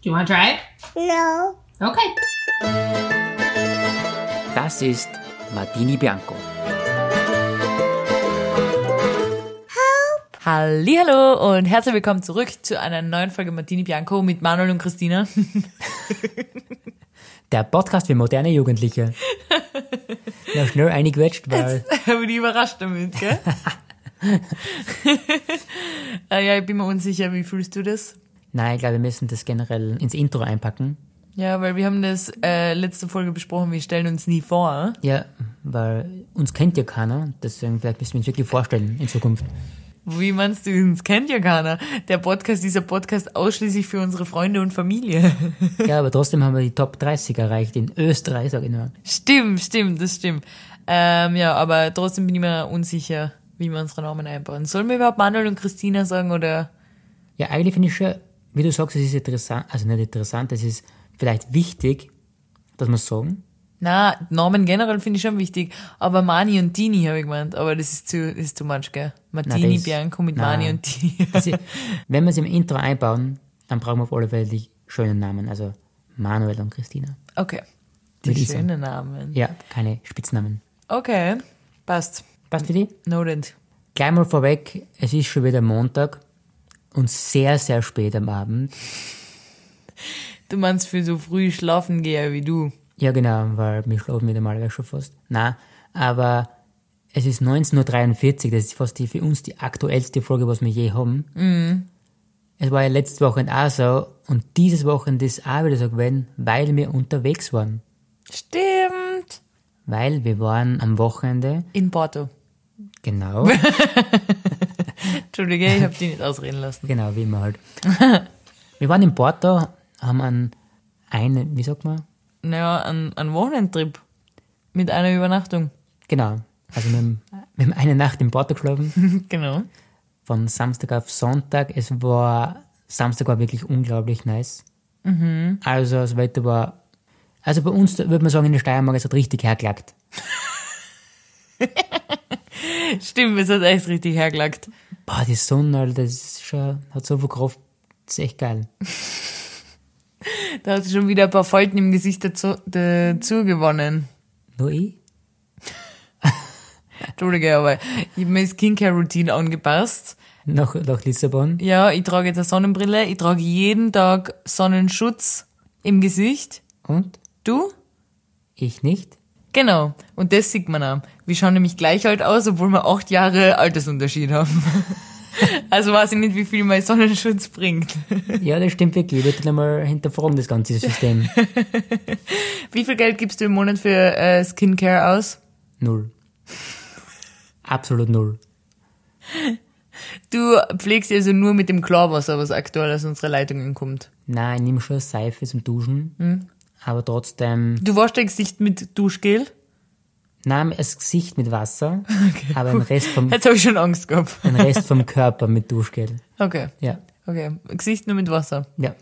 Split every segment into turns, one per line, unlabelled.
Do you want to try it?
No.
Okay.
Das ist Martini Bianco.
Hallo und herzlich willkommen zurück zu einer neuen Folge Martini Bianco mit Manuel und Christina.
Der Podcast für moderne Jugendliche. Noch schnell eingequetscht, weil
Bin ich überrascht damit, gell? äh, ja, ich bin mir unsicher, wie fühlst du das?
Nein, ich glaube, wir müssen das generell ins Intro einpacken.
Ja, weil wir haben das äh, letzte Folge besprochen, wir stellen uns nie vor.
Ja, weil uns kennt ja keiner, deswegen vielleicht müssen wir uns wirklich vorstellen in Zukunft.
Wie meinst du, uns kennt ja keiner. Der Podcast, dieser Podcast ausschließlich für unsere Freunde und Familie.
Ja, aber trotzdem haben wir die Top 30 erreicht in Österreich, sag ich nur.
stimmt, stimmt, das stimmt. Ähm, ja, aber trotzdem bin ich mir unsicher, wie wir unsere Namen einbauen. Sollen wir überhaupt Manuel und Christina sagen oder...
Ja, eigentlich finde ich schon, wie du sagst, es ist interessant, also nicht interessant, es ist vielleicht wichtig, dass wir es sagen.
Na, Namen generell finde ich schon wichtig. Aber Mani und Dini habe ich gemeint. Aber das ist zu, das ist too much, gell?
Na,
Martini,
das-
Bianco mit
na.
Mani und Dini.
Das ist- Wenn wir es im Intro einbauen, dann brauchen wir auf alle Fälle die schönen Namen, also Manuel und Christina.
Okay.
Würde
Die
ich sagen.
schönen Namen.
Ja, keine Spitznamen.
Okay. Passt.
Passt für dich?
Noted.
Gleich mal vorweg, es ist schon wieder Montag und sehr, sehr spät am Abend.
Du meinst für so früh schlafen gehe wie du.
Ja, genau, weil wir schlafen wieder mal schon fast. Na, aber es ist 19.43 Uhr, das ist fast die, für uns die aktuellste Folge, was wir je haben. Es war ja letztes Wochenende auch so und dieses Wochenende ist auch wieder so gewesen, weil wir unterwegs waren.
Stimmt.
Weil wir waren am Wochenende,
In Porto.
genau,
Entschuldige, ich habe dich nicht ausreden lassen.
genau, wie immer halt. Wir waren in Porto, haben einen, einen wie sagt man,
Naja, ein, ein Wochenendtrip. Mit einer Übernachtung.
Genau. Also wir haben, wir haben eine Nacht in Porto geschlafen,
genau.
von Samstag auf Sonntag. Es war, Samstag war wirklich unglaublich nice. Also das Wetter war, also bei uns würde man sagen, in der Steiermark, es hat richtig hergelagt.
Stimmt, es hat echt richtig hergelagt.
Boah, die Sonne, Alter, das ist schon, hat so viel Kraft, das ist echt geil.
Da hast du schon wieder ein paar Falten im Gesicht dazu, dazu gewonnen.
Nur ich?
Entschuldige, aber ich habe meine Skincare-Routine angepasst.
Nach, nach Lissabon?
Ja, ich trage jetzt eine Sonnenbrille, ich trage jeden Tag Sonnenschutz im Gesicht.
Und?
Du?
Ich nicht?
Genau. Und das sieht man auch. Wir schauen nämlich gleich alt aus, obwohl wir acht Jahre Altersunterschied haben. Also weiß ich nicht, wie viel mein Sonnenschutz bringt.
Ja, das stimmt wirklich. Ich würde dann mal hinterfragen, das ganze System.
Wie viel Geld gibst du im Monat für äh, Skincare aus?
null. Absolut null.
Du pflegst also nur mit dem Chlorwasser, was aktuell aus unserer Leitungen kommt.
Nein, ich nehme schon Seife zum Duschen, aber trotzdem
Du waschst dein Gesicht mit Duschgel?
Nein, das Gesicht mit Wasser, aber den Rest, vom,
Jetzt habe ich schon Angst gehabt.
den Rest vom Körper mit Duschgel.
Okay.
Ja,
Okay. Gesicht nur mit Wasser.
ja.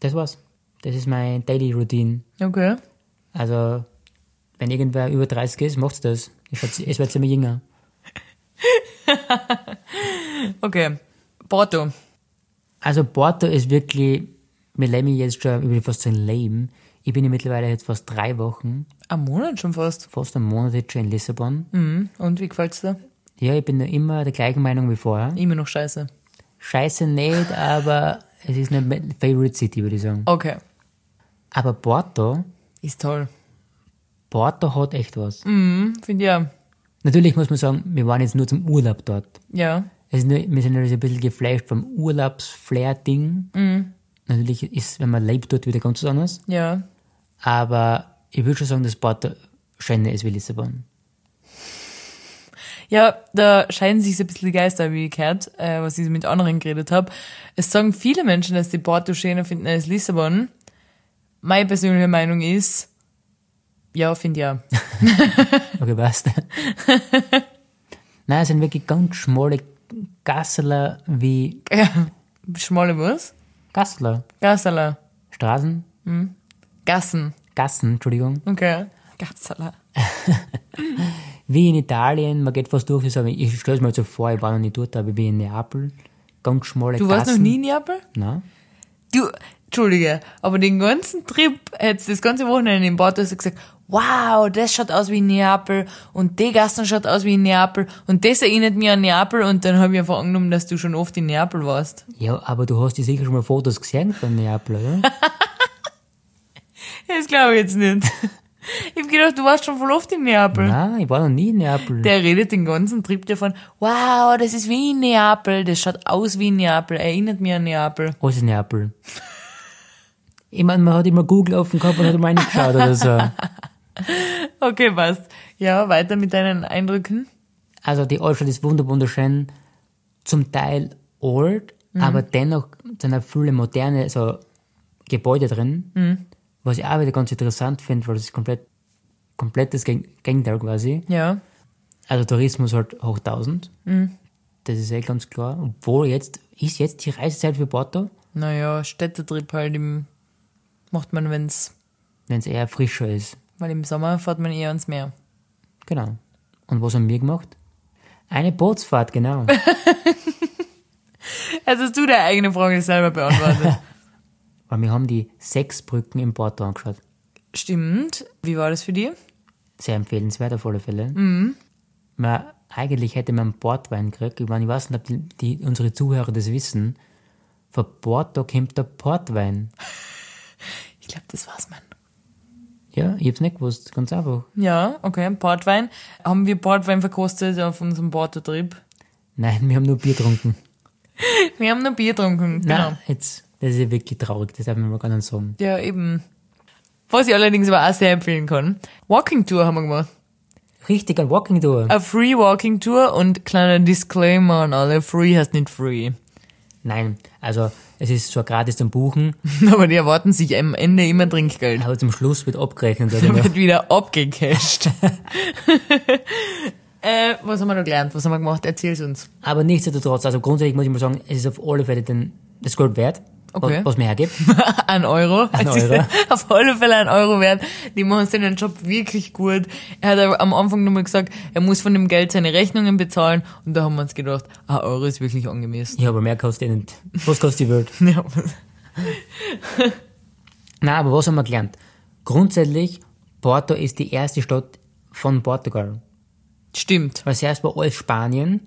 Das war's. Das ist meine Daily Routine.
Okay.
Also, wenn irgendwer über 30 ist, macht's das. Ich werd, es wird immer jünger.
Okay. Porto.
Also, Porto ist wirklich, wir leben ja jetzt schon über fast ein Leben. Ich bin ja mittlerweile jetzt fast drei Wochen,
Am Monat schon fast.
fast einen Monat jetzt schon in Lissabon.
Mhm. Und wie gefällt's dir?
Ja, ich bin ja immer der gleichen Meinung wie vorher.
Immer noch scheiße.
Scheiße nicht, aber es ist nicht meine Favorite City, würde ich sagen.
Okay.
Aber Porto,
Ist toll.
Porto hat echt was.
Mhm. Finde ja.
Natürlich muss man sagen, wir waren jetzt nur zum Urlaub dort.
Ja.
Es ist nur, wir sind natürlich ein bisschen geflasht vom Urlaubsflair-Ding. Natürlich ist, wenn man lebt dort, wieder ganz was anderes.
Ja.
Aber ich würde schon sagen, dass Porto schöner ist wie Lissabon.
Ja, da scheiden sich so ein bisschen die Geister, wie ich gehört, äh, was ich mit anderen geredet habe. Es sagen viele Menschen, dass die Porto schöner finden als Lissabon. Meine persönliche Meinung ist, ja, finde ja.
Okay, passt. Nein, es sind wirklich ganz schmale Gasseler wie
ja. Schmale was?
Gasseler.
Gassala.
Straßen?
Gassen.
Gassen, Entschuldigung.
Okay. Gassala.
Wie in Italien, man geht fast durch, ich, sag, ich stelle es mir jetzt so vor, ich war noch nicht dort, aber wie in Neapel. Ganz schmale
Du
Gassen.
warst noch nie in Neapel?
Nein.
Du, Entschuldige, aber den ganzen Trip, jetzt das ganze Wochenende in Porto, hast du gesagt, wow, das schaut aus wie in Neapel und die Gaston schaut aus wie in Neapel und das erinnert mich an Neapel und dann habe ich einfach angenommen, dass du schon oft in Neapel warst.
Ja, aber du hast ja sicher schon mal Fotos gesehen von Neapel, oder?
Das glaube ich jetzt nicht. Ich habe gedacht, du warst schon voll oft in Neapel.
Nein, ich war noch nie in Neapel.
Der redet den ganzen Trip davon, wow, das ist wie in Neapel, das schaut aus wie in Neapel, erinnert mich an Neapel.
Was ist Neapel? Ich meine, man hat immer Google offen gehabt und hat mal reingeschaut oder so.
Okay, passt. Ja, weiter mit deinen Eindrücken.
Also die Altstadt ist wunder- wunderschön, zum Teil old, aber dennoch sind da viele moderne so Gebäude drin, was ich auch wieder ganz interessant finde, weil das ist komplett, komplett das Geg- Gegenteil quasi.
Ja.
Also Tourismus halt hoch 1000. Das ist eh ganz klar. Obwohl jetzt, ist jetzt die Reisezeit für Porto,
Naja, Städtetrip halt im, macht man, wenn's,
wenn es eher frischer ist.
weil im Sommer fährt man eher ans Meer.
Genau. Und was haben wir gemacht? Eine Bootsfahrt, genau.
Jetzt Also hast du deine eigene Frage selber beantwortet.
Weil wir haben die sechs Brücken in Porto angeschaut.
Stimmt. Wie war das für dich?
Sehr empfehlenswert auf alle Fälle.
Mhm.
Man, eigentlich hätte man Portwein gekriegt. Ich, meine, ich weiß nicht, ob die, die, unsere Zuhörer das wissen. Von Porto kommt der Portwein.
Ich glaube, das war's, Mann.
Ja, ich hab's nicht gewusst. Ganz einfach.
Ja, okay. Portwein. Haben wir Portwein verkostet auf unserem Porto-Trip?
Nein, wir haben nur Bier getrunken.
Wir haben nur Bier getrunken. Genau.
Nein, jetzt. Das ist ja wirklich traurig. Das darf man mal gar nicht sagen.
Ja, eben. Was ich allerdings aber auch sehr empfehlen kann. Walking Tour haben wir gemacht.
Richtig, ein Walking Tour.
Eine Free Walking Tour und kleiner Disclaimer an alle. Free heißt nicht free.
Nein, also es ist zwar gratis zum Buchen,
Aber die erwarten sich am Ende immer Trinkgeld.
aber zum Schluss wird abgerechnet. oder?
Dann wird wieder abgecasht. äh, was haben wir noch gelernt? Was haben wir gemacht? Erzähl's uns.
Aber nichtsdestotrotz, also grundsätzlich muss ich mal sagen, es ist auf alle Fälle den, das Gold wert,
Okay.
was, was mir hergibt.
Ein Euro.
Ein
Also,
Euro.
Auf alle Fälle ein Euro wert. Die machen seinen Job wirklich gut. Er hat aber am Anfang nochmal gesagt, er muss von dem Geld seine Rechnungen bezahlen. Und da haben wir uns gedacht, ein Euro ist wirklich angemessen.
Ja, aber mehr kostet eh nicht. Was kostet die Welt?
Ja.
Na, aber was haben wir gelernt? Grundsätzlich, Porto ist die erste Stadt von Portugal.
Stimmt.
Weil zuerst war alles Spanien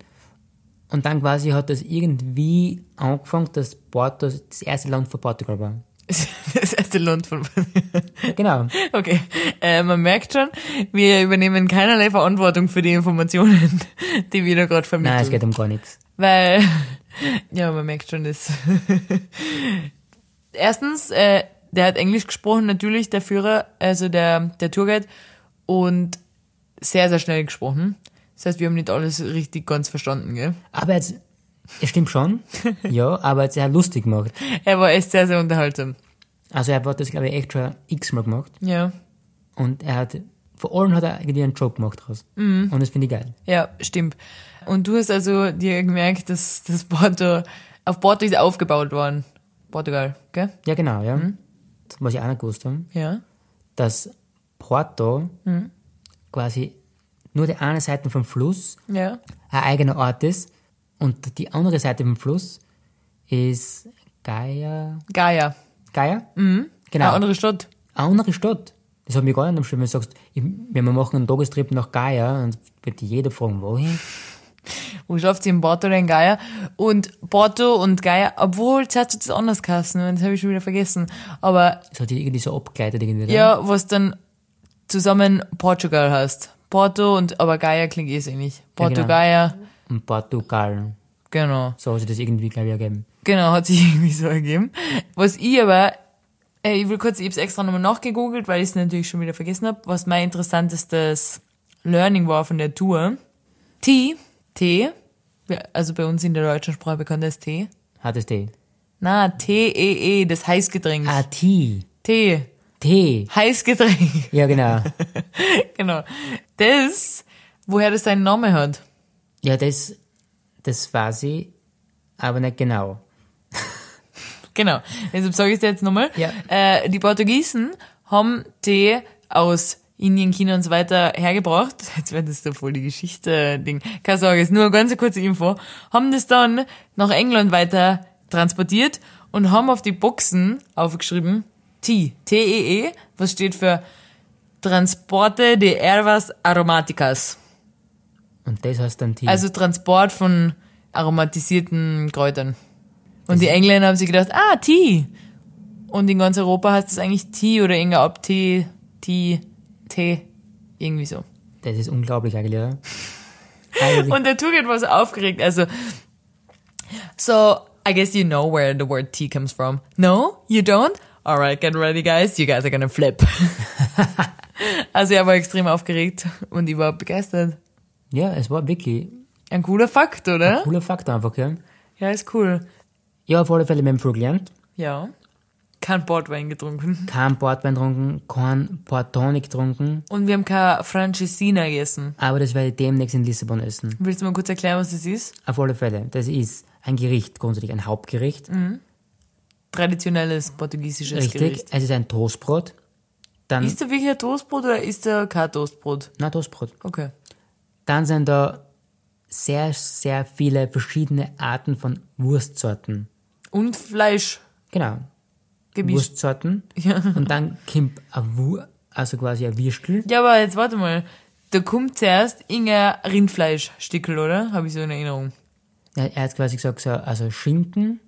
und dann quasi hat das irgendwie angefangen, dass Porto das erste Land von Portugal war.
Das erste Land von...
Genau.
Okay, äh, man merkt schon, wir übernehmen keinerlei Verantwortung für die Informationen, die wir da gerade vermitteln.
Nein, es geht um gar nichts.
Weil, ja, man merkt schon das. Erstens, äh, der hat Englisch gesprochen, natürlich, der Führer, also der, der Tourguide, und sehr, sehr schnell gesprochen. Das heißt, wir haben nicht alles richtig ganz verstanden, gell?
Aber jetzt, es stimmt schon, ja, aber jetzt sehr lustig gemacht.
Er war echt sehr, sehr unterhaltsam.
Also er hat das, glaube ich, echt schon x-mal gemacht.
Ja.
Und er hat, vor allem hat er irgendwie einen Job gemacht draus. Und das finde ich geil.
Ja, stimmt. Und du hast also dir gemerkt, dass das Porto, auf Porto ist aufgebaut worden. Portugal, gell?
Ja, genau, ja. Das muss ich auch noch gewusst haben,
Ja.
dass Porto
Hm.
quasi nur die eine Seite vom Fluss
Ja.
ein eigener Ort ist und die andere Seite vom Fluss ist Gaia.
Gaia.
Gaia?
Genau.
Genau.
Eine andere Stadt.
eine andere Stadt. Das hat mich gar nicht am Schirm, wenn du sagst, ich, wenn wir machen einen Tagestrip nach Gaia, dann wird jeder fragen, wohin?
Wo schafft sie in Porto oder in Gaia? Und Porto und Gaia, obwohl, zuerst hat es anders geheißen, und das habe ich schon wieder vergessen. Aber
Das hat sich irgendwie so abgeleitet. Irgendwie, oder?
ja, was dann zusammen Portugal heißt. Porto und, aber Gaia klingt eh so ähnlich. Porto,
genau.
Gaia,
Und Portugal.
genau.
So hat sich das irgendwie, glaube ich, ergeben.
Genau, hat sich irgendwie so ergeben. Was ich aber, äh, ich will kurz, ich hab's extra nochmal nachgegoogelt, weil ich es natürlich schon wieder vergessen hab. was mein interessantestes Learning war von der Tour. T, T, ja, also bei uns in der deutschen Sprache bekannt als T.
HTST.
Na, T-E-E, das Heißgetränk.
Ah, Tee.
T,
Tee.
Heißgetränk,
Ja, genau.
genau. Das, woher das seinen Namen hat.
Ja, das, das war sie, aber nicht genau.
Genau. Deshalb sage ich es dir jetzt nochmal.
Ja.
Äh, die Portugiesen haben Tee aus Indien, China und so weiter hergebracht. Jetzt wird das da voll die Geschichte-Ding. Keine Sorge, ist nur eine ganz kurze Info. Haben das dann nach England weiter transportiert und haben auf die Boxen aufgeschrieben T, T-E-E, was steht für Transporte de Ervas Aromaticas.
Und das heißt dann Tee.
Also Transport von aromatisierten Kräutern.
Also
Und die Engländer haben sich gedacht, ah, Tee. Und in ganz Europa heißt es eigentlich Tee oder irgendein ab Tee, Tee, Tee, irgendwie so.
das ist unglaublich eigentlich, oder? Also,
Und der Tugend war so aufgeregt. Also, so, I guess you know where the word tea comes from. No, you don't? Alright, get ready, guys. You guys are gonna flip. also, er war extrem aufgeregt und ich war begeistert.
ja, es war wirklich
Ein cooler Fakt, oder?
cooler Fakt einfach, ja.
Ja, ist cool.
Ja, auf alle Fälle, wir haben viel gelernt.
Ja. Kein Portwein getrunken.
Kein Portwein getrunken, kein Portonic getrunken,
Und wir haben kein Francesina gegessen.
aber das werde ich demnächst in Lissabon essen.
Willst du mal kurz erklären, was das ist?
Auf alle Fälle, das ist ein Gericht, grundsätzlich ein Hauptgericht.
Mhm. Traditionelles portugiesisches
Richtig,
Gericht.
es ist ein Toastbrot. Dann,
Ist da wirklich ein Toastbrot oder ist da kein Toastbrot?
na, Toastbrot.
Okay.
Dann sind da sehr, sehr viele verschiedene Arten von Wurstsorten.
Und Fleisch
Genau,
gemischt.
Wurstsorten. Und dann kommt ein Wur, also quasi ein Würstel.
Ja, aber jetzt warte mal. Da kommt zuerst irgendein Rindfleischstickel, oder? Habe ich so in Erinnerung.
Ja, Er hat quasi gesagt, so, also Schinken,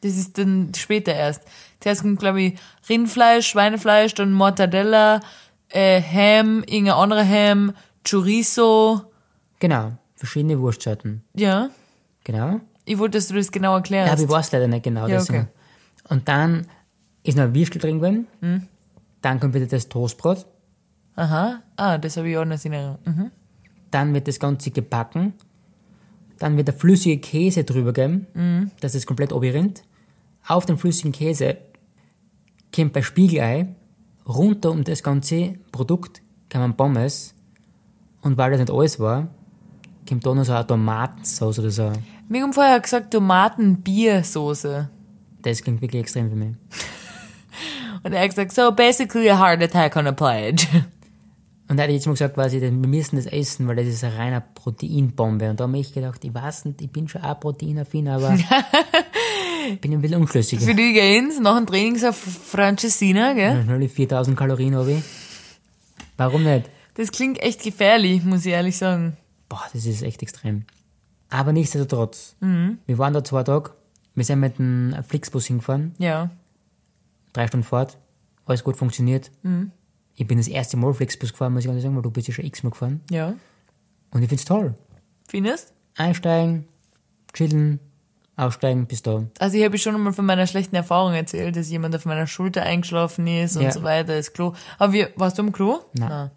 Das ist dann später erst. Zuerst kommt, glaube ich, Rindfleisch, Schweinefleisch, dann Mortadella, äh, Ham, irgendein anderer Ham, Chorizo.
genau, verschiedene Wurstsorten.
Ja.
Genau.
Ich wollte, dass du das
Ja,
genau
aber
erklärst.
ich weiß leider nicht genau.
Ja,
deswegen.
okay.
Und dann ist noch ein Würstel drin gewesen.
Mhm.
Dann kommt wieder das Toastbrot.
Aha. Ah, das habe ich auch noch in Erinnerung. Mhm.
Dann wird das Ganze gebacken. Dann wird der flüssige Käse drüber geben, dass es komplett oberrinnt. Auf den flüssigen Käse kommt ein Spiegelei. Runter um das ganze Produkt kamen Pommes. Und weil das nicht alles war, kommt da noch so eine Tomatensauce oder so.
Mir haben vorher gesagt Tomatenbiersoße.
Das klingt wirklich extrem für mich.
Und er hat gesagt, so basically a heart attack on a plate.
Und er hat jetzt mal gesagt, quasi, wir müssen das essen, weil das ist eine reine Proteinbombe. Und da habe ich gedacht, ich weiß nicht, ich bin schon auch proteinaffin, aber ich bin ein bisschen unschlüssig.
Für die Gains, nach dem Training so Francesina, gell?
Natürlich 4000 Kalorien habe ich. Warum nicht?
Das klingt echt gefährlich, muss ich ehrlich sagen.
Boah, das ist echt extrem. Aber nichtsdestotrotz, wir waren da zwei Tage, wir sind mit dem Flixbus hingefahren,
Ja.
drei Stunden Fahrt, alles gut funktioniert. Ich bin das erste Mal Flixbus gefahren, muss ich ganz ehrlich sagen, weil du bist ja schon x-mal gefahren.
Ja.
Und ich finde es toll.
Findest?
Einsteigen, chillen, aussteigen, bist da.
Also ich habe schon einmal von meiner schlechten Erfahrung erzählt, dass jemand auf meiner Schulter eingeschlafen ist und
Ja.
so weiter, das Klo. Aber wir, warst du im Klo? Ah.
Nein.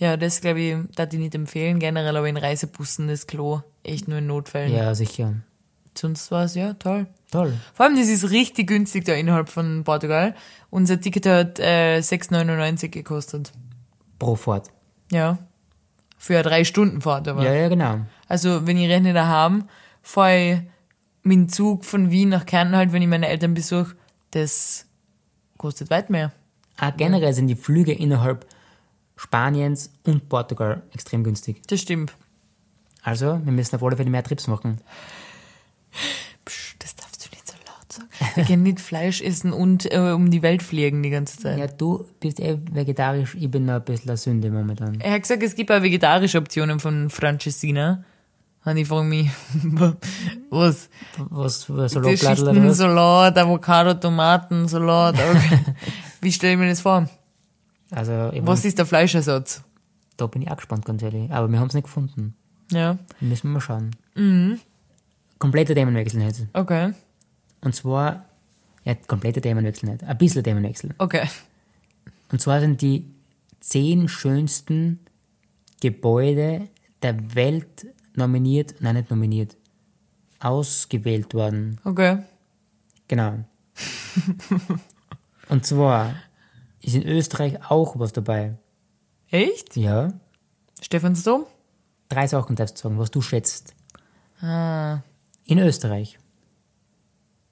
Ja, das glaube ich, darf ich nicht empfehlen. Generell aber in Reisebussen das Klo echt nur in Notfällen.
Ja, sicher.
Sonst war es ja toll.
Toll.
Vor allem, das ist richtig günstig da innerhalb von Portugal. Unser Ticket hat äh, 6,99 gekostet.
Pro Fahrt.
Ja. Für eine drei Stunden Fahrt aber.
Ja, ja, genau.
Also, wenn ich Rechner da haben, fahre ich mit dem Zug von Wien nach Kärnten halt, wenn ich meine Eltern besuche, das kostet weit mehr.
Auch generell sind die Flüge innerhalb Spaniens und Portugal extrem günstig.
Das stimmt.
Also, wir müssen auf alle Fälle mehr Trips machen.
Psch, das darfst du nicht so laut sagen. Wir können nicht Fleisch essen und äh, um die Welt fliegen die ganze Zeit.
Ja, du bist eh vegetarisch, ich bin noch ein bisschen eine Sünde momentan.
Er hat gesagt, es gibt auch vegetarische Optionen von Francesina. Und ich frage mich, was?
Was, was
Die
Salatblattl oder
Schichten
was?
Salat, Avocado, Tomaten, Salat. Okay. Wie stelle ich mir das vor?
Also, ich
Was ist der Fleischersatz?
da bin ich auch gespannt, ganz ehrlich. Aber wir haben es nicht gefunden.
Ja,
Müssen wir mal schauen. Mhm. Kompletter Themenwechsel nicht.
okay.
Und zwar, ja, kompletter Themenwechsel nicht. Ein bisschen Themenwechsel.
Okay.
Und zwar sind die zehn schönsten Gebäude der Welt nominiert, nein, nicht nominiert, ausgewählt worden.
Okay.
Genau. Und zwar ist in Österreich auch was dabei.
Echt?
Ja.
Stephansdom?
Drei Sachen darfst du sagen, was du schätzt.
Ah,
In Österreich.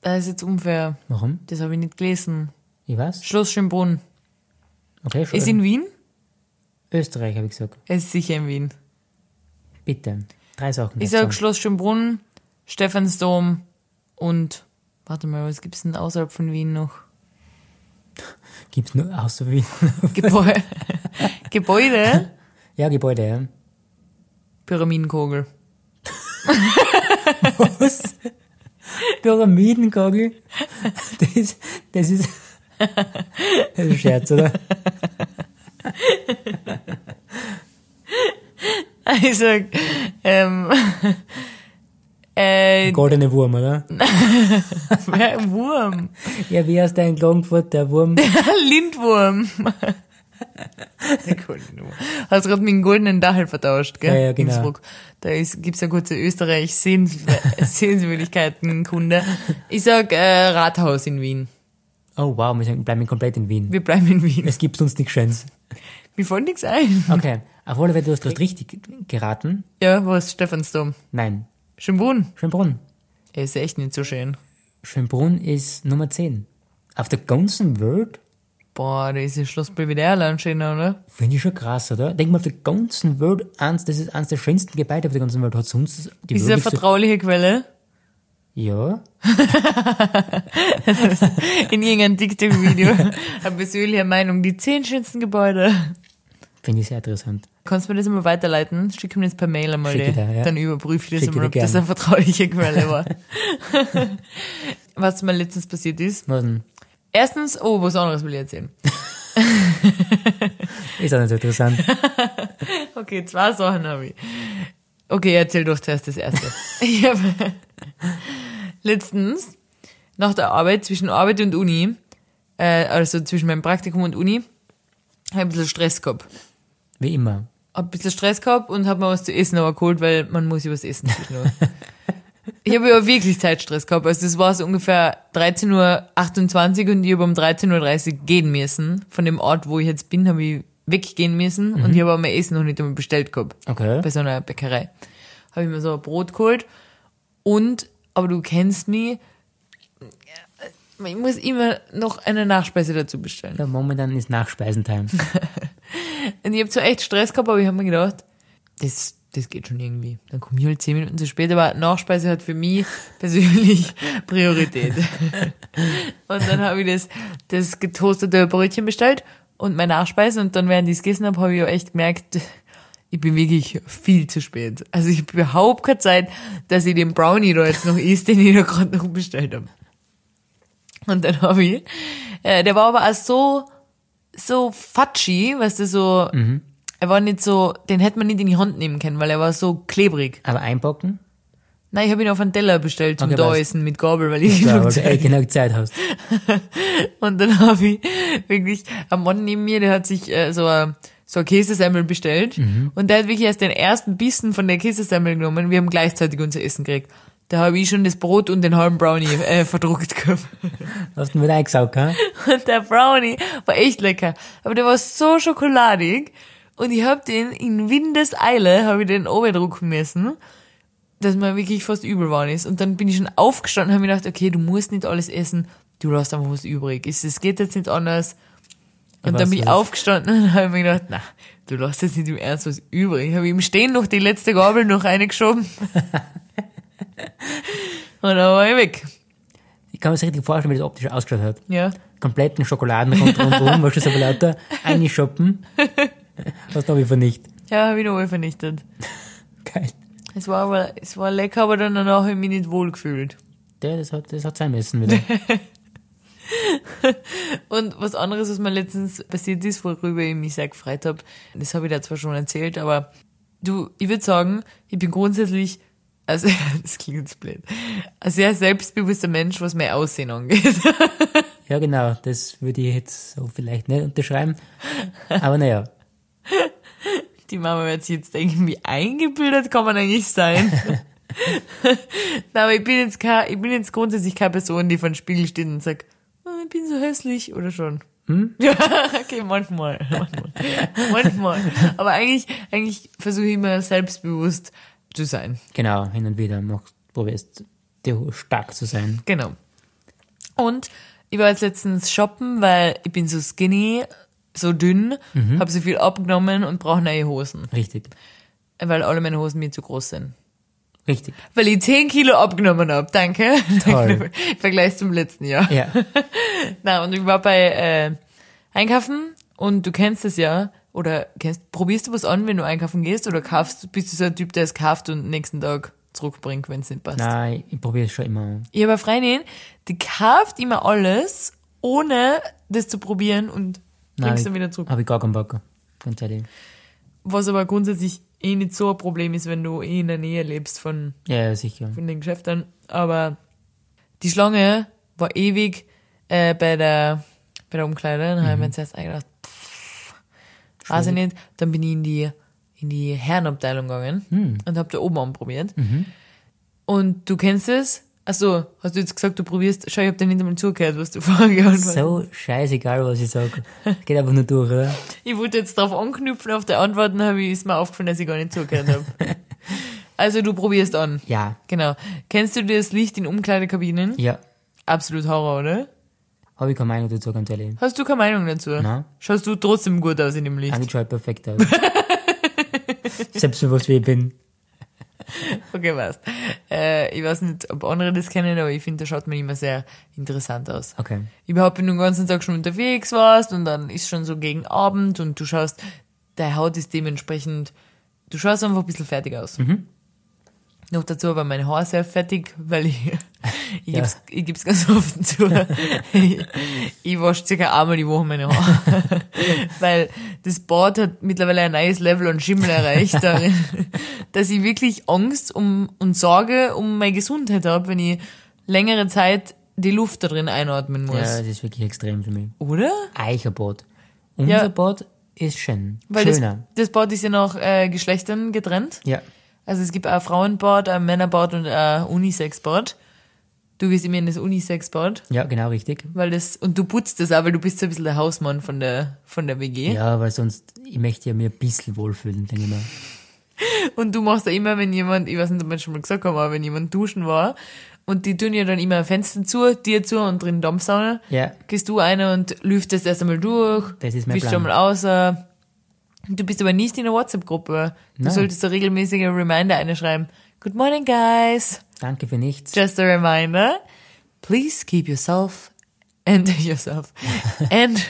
das ist jetzt unfair.
Warum?
Das habe ich nicht gelesen.
Ich weiß.
Schloss Schönbrunn.
Okay, schon.
Ist in Wien?
Österreich, habe ich gesagt.
Es ist sicher in Wien.
Bitte. Drei Sachen.
Ich
darfst du
sag Schloss Schönbrunn, Stephansdom und Warte mal, was gibt's denn außerhalb von Wien noch?
Gibt's nur außer Wien.
Gebäude. Gebäude?
ja, Gebäude, ja.
Pyramidenkogel.
Was? Pyramidenkogel? Das ist, das ist, das ist ein Scherz, oder?
Also, ähm, äh,
Goldene Wurm, oder?
Wurm.
Ja, wie heißt der in Klagenfurt, der Wurm?
Lindwurm. Hast gerade mit dem goldenen Dachel vertauscht, gell?
Ja, ja, genau.
Innsbruck. Da ist, gibt's ja kurze Österreich Sehens Sehenswürdigkeiten-Kunde. Ich sag äh, Rathaus in Wien.
Oh wow, wir sind- bleiben komplett in Wien.
Wir bleiben in Wien.
Es gibt uns nichts Schönes.
Mir fällt nichts ein.
Okay, auf alle Fälle, du hast das richtig geraten.
Ja, wo ist Stephansdom?
Nein,
Schönbrunn.
Schönbrunn.
Er ist echt nicht so schön.
Schönbrunn ist Nummer 10. Auf der ganzen Welt
Boah, da ist das Schloss Belvedere schöner, oder?
finde ich schon krass, oder? Denk mal, auf der ganzen Welt, eins, das ist eines der schönsten Gebäude auf der ganzen Welt. Hat sonst die
Ist eine
wirklich so-
vertrauliche Quelle.
Ja,
In irgendeinem TikTok-Video. Eine persönliche Meinung. Die zehn schönsten Gebäude.
finde ich sehr interessant.
Kannst du mir das immer weiterleiten? Schick mir das per Mail einmal.
Schick ich dir, ja.
Dann überprüfe ich das
Schick ich
einmal, ob
dir
das
gern.
eine vertrauliche Quelle war. was mir letztens passiert ist.
Was denn?
Erstens, oh, was anderes will ich erzählen.
Ist auch nicht so interessant.
Okay, zwei Sachen habe ich. Okay, erzähl doch zuerst das erste. ich hab letztens nach der Arbeit, zwischen Arbeit und Uni, äh, also zwischen meinem Praktikum und Uni, habe ich ein bisschen Stress gehabt.
Wie immer.
Hab ein bisschen Stress gehabt und habe mir was zu essen aber geholt, weil man muss ja was essen zwischendurch. ich habe ja wirklich Zeitstress gehabt. Also das war so ungefähr 13.28 Uhr und ich habe um 13.30 Uhr gehen müssen. Von dem Ort, wo ich jetzt bin, habe ich weggehen müssen und ich habe aber mein Essen noch nicht einmal bestellt gehabt
Okay.
bei so einer Bäckerei. Habe ich mir so ein Brot geholt und, aber du kennst mich, ich muss immer noch eine Nachspeise dazu bestellen.
Ja, momentan ist Nachspeisentime.
Und ich habe zwar echt Stress gehabt, aber ich habe mir gedacht, das, das geht schon irgendwie. Dann komme ich halt zehn Minuten zu spät, aber Nachspeise hat für mich persönlich Priorität. und dann habe ich das, das getoastete Brötchen bestellt und meine Nachspeise und dann, während ich es gegessen habe, habe ich auch echt gemerkt, ich bin wirklich viel zu spät. Also ich habe überhaupt keine Zeit, dass ich den Brownie da jetzt noch isst, den ich da gerade noch bestellt habe. Und dann habe ich, äh, der war aber auch so, so fatschi, weißt du, so,
Mhm.
er war nicht so, den hätte man nicht in die Hand nehmen können, weil er war so klebrig.
Aber einpacken?
Nein, ich habe ihn auf einen Teller bestellt zum
Okay,
da
weißt-
essen mit Gabel, weil ich
Ja,
genug
weil du
Zeit
eh genug Zeit hast.
Und dann habe ich wirklich ein Mann neben mir, der hat sich äh, so ein so ein Käsesemmel bestellt
Mhm.
und der hat wirklich erst den ersten Bissen von der Käsesemmel genommen. Wir haben gleichzeitig unser Essen gekriegt. Da habe ich schon das Brot und den halben Brownie äh, verdruckt gehabt.
Hast du mir eingesaugt, ha?
Und der Brownie war echt lecker. Aber der war so schokoladig. Und ich hab den in Windeseile, habe ich den oberdrucken müssen, dass mir wirklich fast übel war ist. Und dann bin ich schon aufgestanden und habe mir gedacht, okay, du musst nicht alles essen, du lässt einfach was übrig. Es- Es geht jetzt nicht anders. Und
weiß,
dann bin ich
was ist.
aufgestanden und habe mir gedacht, na, du lässt jetzt nicht im Ernst was übrig. Habe im Stehen noch die letzte Gabel noch reingeschoben. und dann war ich weg.
Ich kann mir das richtig vorstellen, wie das optisch ausgeschaut hat.
Ja.
Kompletten Schokoladen rund rundherum, machst du so lauter, eine shoppen. Was habe ich vernicht?
Ja, habe ich noch vernichtet.
Geil.
Es war aber, es war lecker, aber dann danach habe ich mich nicht wohl gefühlt.
Ja, das hat, das hat sein müssen wieder.
Und was anderes, was mir letztens passiert ist, worüber ich mich sehr gefreut habe, das habe ich da zwar schon erzählt, aber du, ich würde sagen, ich bin grundsätzlich, also, das klingt jetzt blöd, ein sehr selbstbewusster Mensch, was mein Aussehen angeht.
Ja, genau, das würde ich jetzt so vielleicht nicht unterschreiben. Aber naja,
Die Mama wird sich jetzt denken, wie eingebildet kann man eigentlich sein? Na, aber ich bin jetzt kein, ich bin jetzt grundsätzlich keine Person, die vor dem Spiegel steht und sagt, "Ah, ich bin so hässlich oder schon. Hm? Ja, okay, manchmal, manchmal, manchmal. Aber eigentlich, eigentlich versuche ich immer selbstbewusst zu sein.
genau, hin und wieder machst, probierst du stark zu sein.
Genau. Und ich war jetzt letztens shoppen, weil ich bin so skinny, so dünn, habe so viel abgenommen und brauche neue Hosen,
Richtig.
weil alle meine Hosen mir zu groß sind.
Richtig.
Weil ich 10 Kilo abgenommen hab. Danke.
Toll.
Im Vergleich zum letzten Jahr.
Ja.
Na, und ich war bei äh, Einkaufen und du kennst es ja. Oder kennst, probierst du was an, wenn du einkaufen gehst oder kaufst, bist du so ein Typ, der es kauft und nächsten Tag zurückbringt, wenn es nicht passt?
Nein, ich probiere es schon immer.
Ich habe eine Freundin, die kauft immer alles, ohne das zu probieren und bringt es dann wieder zurück.
Habe ich gar keinen Bock. Ganz ehrlich.
Was aber grundsätzlich eh nicht so ein Problem ist, wenn du eh in der Nähe lebst von
Ja, ja, sicher.
in den Geschäften, aber die Schlange war ewig äh, bei der bei der Umkleide. Dann hab ich mir zuerst eingedacht, pff, weiß ich nicht. Dann bin ich in die in die Herrenabteilung gegangen und hab da oben anprobiert. Und du kennst es? Achso, hast du jetzt gesagt, du probierst? Schau, ich hab dir nicht einmal zugehört, was du vorher gehört hast.
So scheißegal, was ich sage. Geht einfach nur durch, oder?
Ich wollte jetzt drauf anknüpfen, auf der Antworten habe ich ist mir aufgefallen, dass ich gar nicht zugehört habe. also du probierst an.
Ja.
Genau. Kennst du das Licht in Umkleidekabinen?
Ja.
Absolut Horror, oder?
Habe ich keine Meinung dazu, ganz ehrlich.
Hast du keine Meinung dazu?
Nein.
Schaust du trotzdem gut aus in dem Licht?
Eigentlich schaut perfekt aus. Selbstbewusst wie ich bin.
Okay, passt. Äh, ich weiß nicht, ob andere das kennen, aber ich finde, da schaut man immer sehr interessant aus.
Okay.
Überhaupt, wenn du den ganzen Tag schon unterwegs warst und dann ist schon so gegen Abend und du schaust, deine Haut ist dementsprechend, du schaust einfach ein bisschen fertig aus.
Mhm.
Noch dazu war mein Haar sehr fertig, weil ich, ich,
Ja.
geb's, ich geb's ganz offen zu. ich, ich wasche circa einmal die Woche meine Haare. weil das Bad hat mittlerweile ein neues Level an Schimmel erreicht, darin, dass ich wirklich Angst um, und Sorge um meine Gesundheit habe, wenn ich längere Zeit die Luft da drin einatmen muss.
Ja, das ist wirklich extrem für mich.
Oder?
Eicherbad. Unser
Ja.
Bad ist schön.
Weil das,
Schöner.
das Bad ist ja nach äh, Geschlechtern getrennt.
Ja.
Also es gibt ein Frauenbad, ein Männerbad und ein Unisex-Bad. Du gehst immer in das Unisex-Bad,
Ja, genau, richtig.
weil das, und du putzt das auch, weil du bist so ein bisschen der Hausmann von der, von der WG.
Ja, weil sonst, ich möchte ja mir ein bisschen wohlfühlen, denke ich mal.
Und du machst ja immer, wenn jemand, ich weiß nicht, ob wir schon mal gesagt haben, aber wenn jemand duschen war, und die tun ja dann immer ein Fenster zu, dir zu und drin Dampfsauna,
Ja.
gehst du eine und lüftest erst einmal durch,
Das ist mein
bist
Plan.
schon mal außer. Du bist aber nicht in der WhatsApp-Gruppe. Du
Nein.
solltest da regelmäßige Reminder einschreiben. Good morning, guys.
Danke für nichts.
Just a reminder. Please keep yourself and yourself and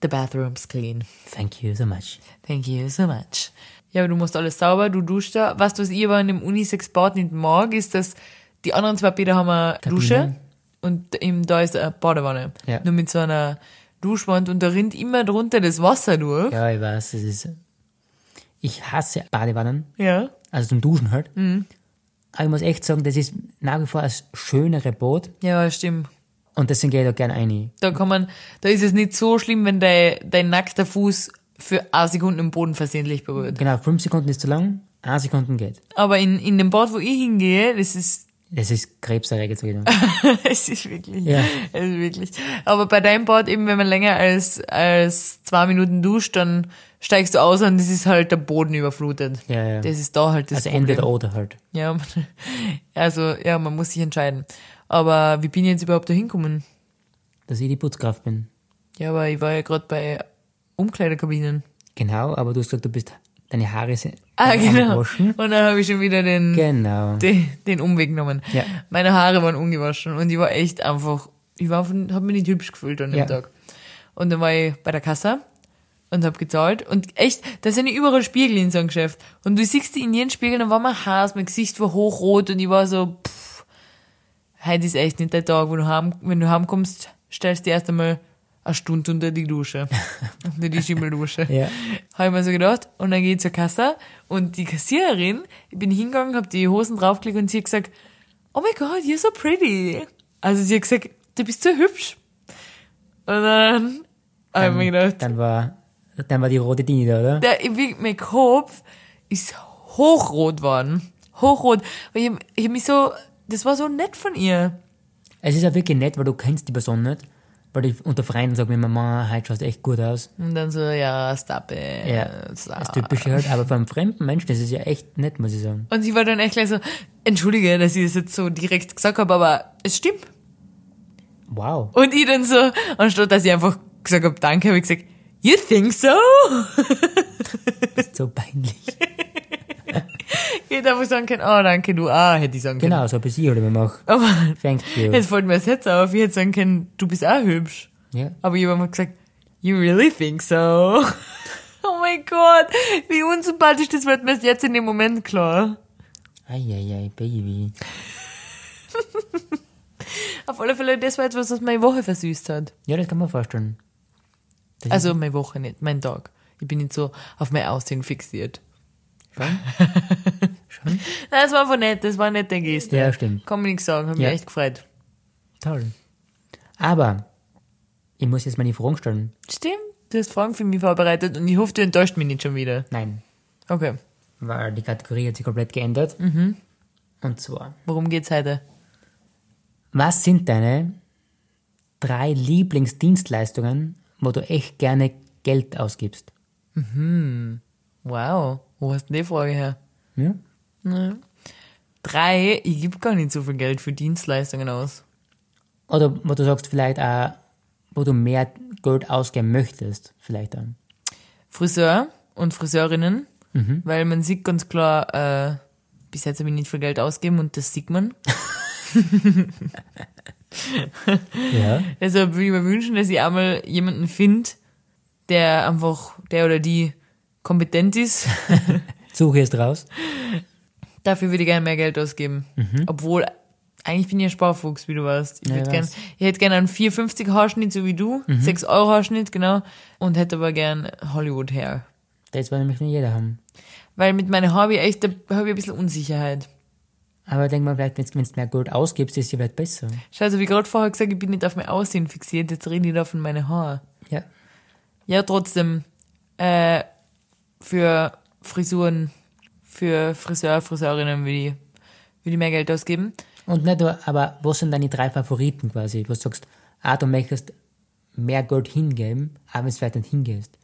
the bathrooms clean.
Thank you so much.
Thank you so much. Ja, aber du machst alles sauber, du duschst da. Weißt du, was ich aber an dem Unisex-Bad nicht mag, ist, dass die anderen zwei Bäder haben eine
Kabine.
Dusche und im, da ist eine Badewanne.
Ja.
Nur mit so einer Duschwand und da rinnt immer drunter das Wasser durch.
Ja, ich weiß, es ist. Ich hasse Badewannen,
Ja.
also zum Duschen halt.
Mhm.
Aber ich muss echt sagen, das ist nach wie vor das schönere Boot
Ja, stimmt.
und deswegen gehe ich da gerne ein.
Da kann man, da ist es nicht so schlimm, wenn dein, dein nackter Fuß für eine Sekunde im Boden versehentlich berührt.
Genau, fünf Sekunden ist zu lang, eine Sekunden geht.
Aber in, in dem Bad, wo ich hingehe, das ist,
Das ist krebserregend, sag ich dir.
es ist wirklich,
Ja.
es ist wirklich. Aber bei deinem Bad eben, wenn man länger als, als zwei Minuten duscht, dann steigst du aus und es ist halt der Boden überflutet.
Ja, ja.
Das ist da halt das
Also
Problem.
entweder oder halt.
Ja, man- also, ja, man muss sich entscheiden. Aber wie bin ich jetzt überhaupt da hingekommen?
Dass ich die Putzkraft bin.
Ja, aber ich war ja gerade bei Umkleidekabinen.
Genau, aber du hast gesagt, du bist, deine Haare sind
Ah,
am
genau.
Waschen.
Und dann habe ich schon wieder den,
Genau.
den, den Umweg genommen.
Ja.
Meine Haare waren ungewaschen und ich war echt einfach, ich war, habe mich nicht hübsch gefühlt an dem
Ja.
Tag. Und dann war ich bei der Kasse und habe gezahlt und echt, da sind ja überall Spiegel in so einem Geschäft. Und du siehst die in jedem Spiegel, dann war mein Haar, mein Gesicht war hochrot und ich war so, pff, heute ist echt nicht der Tag, wo du heim, wenn du heimkommst, stellst du erst einmal eine Stunde unter die Dusche. unter die Schimmeldusche
Ja.
habe ich mir so gedacht. Und dann gehe ich zur Kasse und die Kassiererin, ich bin hingegangen, habe die Hosen draufgelegt und sie hat gesagt, oh my god, you're so pretty. Also sie hat gesagt, du bist so hübsch. Und dann habe ich mir gedacht,
Dann war, dann war die rote Dini da, oder?
der, ich- mein Kopf ist hochrot worden. Hochrot. Weil ich, ich hab mich so, das war so nett von ihr.
Es ist ja wirklich nett, weil du kennst die Person nicht. Weil ich unter Freunden sage mir immer, "Ma, heute schaust du echt gut aus.
Und dann so, ja, stop it.
Ja,
stop.
das Typische halt. Aber von einem fremden Menschen, das ist ja echt nett, muss ich sagen.
Und sie war dann echt gleich so, entschuldige, dass ich das jetzt so direkt gesagt habe, aber es stimmt.
Wow.
Und ich dann so, anstatt dass ich einfach gesagt habe, danke, habe ich gesagt, you think so?
Das ist so peinlich.
Jeder, wo ich sagen kann, oh, danke, du, ah, hätte ich sagen können.
Genau, so ein bisschen oder wenn man auch
Aber
thank you.
jetzt fällt mir das jetzt auf, ich hätte sagen können, du bist auch hübsch.
Ja.
Aber jemand hat gesagt, you really think so? Oh mein Gott, wie unsympathisch, das wird mir erst jetzt in dem Moment klar.
Eieiei, Baby.
Auf alle Fälle, das war etwas, was meine Woche versüßt hat.
Ja, das kann man vorstellen. Das
Also meine Woche nicht, mein Tag. Ich bin nicht so auf mein Aussehen fixiert.
Schon? Schon?
Nein, das war einfach nett, das war eine nette Geste.
Ja, stimmt.
Kann man nichts sagen, hat
Ja.
mich echt gefreut.
Toll. Aber ich muss jetzt mal die Fragen stellen.
Stimmt, du hast Fragen für mich vorbereitet und ich hoffe, du enttäuscht mich nicht schon wieder.
Nein,
Okay,
weil die Kategorie hat sich komplett geändert. Und zwar,
worum geht's heute?
was sind deine drei Lieblingsdienstleistungen, wo du echt gerne Geld ausgibst?
Wow, wo hast du denn die Frage her?
Ja?
Drei, ich gebe gar nicht so viel Geld für Dienstleistungen aus.
Oder wo du sagst, vielleicht auch, wo du mehr Geld ausgeben möchtest, vielleicht dann.
Friseur und Friseurinnen,
Mhm.
weil man sieht ganz klar, äh, bis jetzt habe ich nicht viel Geld ausgegeben und das sieht man.
Ja.
Deshalb Also würde ich mir wünschen, dass ich einmal jemanden finde, der einfach, der oder die kompetent ist.
Suche ist raus.
Dafür würde ich gerne mehr Geld ausgeben. Obwohl, eigentlich bin ich ein Sparfuchs, wie du weißt. Ich,
Mhm. Ja,
würde
ich
gern,
weiß. Mhm.
ich hätte gerne einen 4,50 Haarschnitt, so wie du. 6 Euro Haarschnitt, genau. Und hätte aber gern Hollywood Hair.
Das will nämlich nicht jeder haben.
Weil mit meinem Hobby echt, da habe ich ein bisschen Unsicherheit.
Aber denk mal, vielleicht, wenn du mehr Geld ausgibst, ist es vielleicht besser.
Scheiße, wie gerade vorher gesagt, ich bin nicht auf mein Aussehen fixiert, jetzt rede ich da von meinen Haaren.
Ja.
Ja, trotzdem, äh, für Frisuren, für Friseur, Friseurinnen würde ich, würde ich mehr Geld ausgeben.
Und nicht nur, aber was sind deine drei Favoriten quasi? Wo du sagst, ah, du möchtest mehr Geld hingeben, aber wenn es vielleicht nicht hingehst.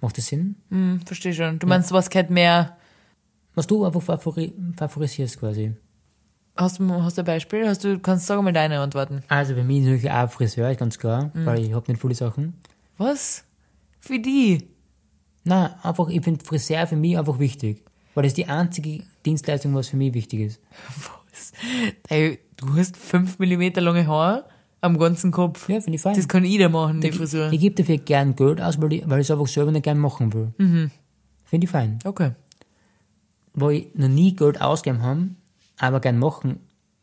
Macht das Sinn?
Hm, verstehe schon. Du meinst, was geht mehr?
Was du einfach favori favorisierst quasi.
Hast du, hast du ein Beispiel? Hast du, kannst du mal deine antworten.
Also bei mir ist natürlich auch Friseur, ist ganz klar,
Mhm.
weil ich hab nicht viele Sachen.
Was? Für die?
Na, einfach, ich finde Friseur für mich einfach wichtig. Weil das ist die einzige Dienstleistung, was für mich wichtig ist.
Was? Ey, du hast fünf Millimeter lange Haare am ganzen Kopf.
Ja, finde ich fein.
Das kann jeder machen, die Frisur.
ich ich gebe dafür gern Geld aus, weil ich es einfach selber nicht gern machen will.
Mhm.
Finde ich fein.
Okay.
wo ich noch nie Geld ausgegeben habe, aber gern machen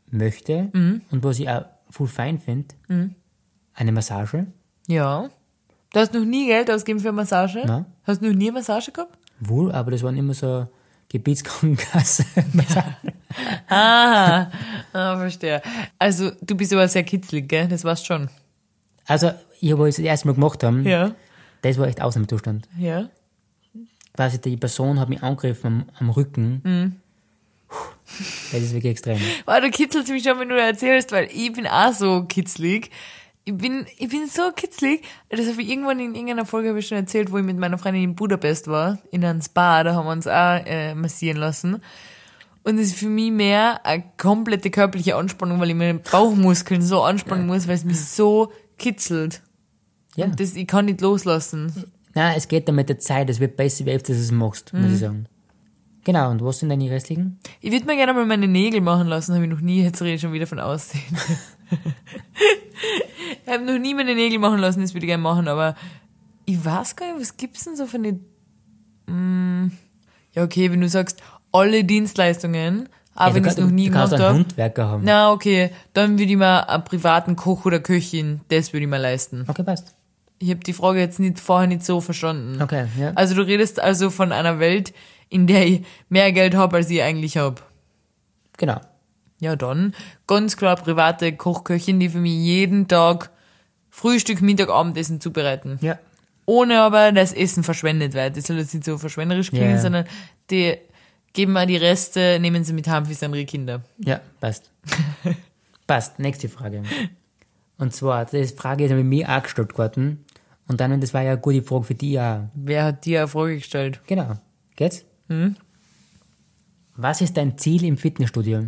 möchte
Mhm.
und was ich auch voll fein finde, eine Massage.
Ja. Du hast noch nie Geld ausgegeben für eine Massage?
Nein.
Hast du noch nie eine Massage gehabt?
Wohl, aber das waren immer so Gebietskrankenkasse.
Ah, ah, verstehe. Also, du bist aber sehr kitzlig, gell? Das war's schon.
Also, ich habe das erste Mal gemacht haben,
Ja,
das war echt Ausnahmezustand.
ja.
Quasi die Person hat mich angegriffen am, am Rücken.
Mhm.
Puh, Das ist wirklich extrem.
Boah, du kitzelst mich schon, wenn du da erzählst, weil ich bin auch so kitzlig. Ich bin, ich bin so kitzlig. Das habe ich irgendwann in irgendeiner Folge habe ich schon erzählt, wo ich mit meiner Freundin in Budapest war, in einem Spa, da haben wir uns auch äh, massieren lassen. Und es ist für mich mehr eine komplette körperliche Anspannung, weil ich meine Bauchmuskeln so anspannen muss, weil es mich so kitzelt.
Ja.
Und das, ich kann nicht loslassen.
Nein, es geht dann mit der Zeit, es wird besser, wie öfter du es machst,
Mhm.
muss ich sagen. Genau, und was sind deine restlichen?
Ich würde mir gerne mal meine Nägel machen lassen, habe ich noch nie, jetzt rede ich schon wieder von Aussehen. ich habe noch nie meine Nägel machen lassen, das würde ich gerne machen, aber ich weiß gar nicht, was gibt's denn so für eine... Mm, ja, okay, wenn du sagst, alle Dienstleistungen, aber wenn
du
ich es noch nie
du kannst
gemacht
einen
habe...
Handwerker haben.
Na, okay, dann würde ich mir einen privaten Koch oder Köchin, das würde ich mir leisten.
Okay, passt.
Ich habe die Frage jetzt nicht vorher nicht so verstanden.
Okay, ja.
Also du redest also von einer Welt, in der ich mehr Geld habe, als ich eigentlich habe.
Genau.
Ja, dann ganz klar private Kochköchin, die für mich jeden Tag Frühstück, Mittag, Abendessen zubereiten.
Ja.
Ohne aber, dass Essen verschwendet wird. Das soll jetzt nicht so verschwenderisch klingen,
Ja.
sondern die geben mal die Reste, nehmen sie mit heim für andere Kinder.
Ja, passt. passt. Nächste Frage. Und zwar, die Frage ist ja mit mir auch gestellt geworden. Und dann, das war ja eine gute Frage für dich auch.
Wer hat dir eine Frage gestellt?
Genau. Geht's? Was ist dein Ziel im Fitnessstudio?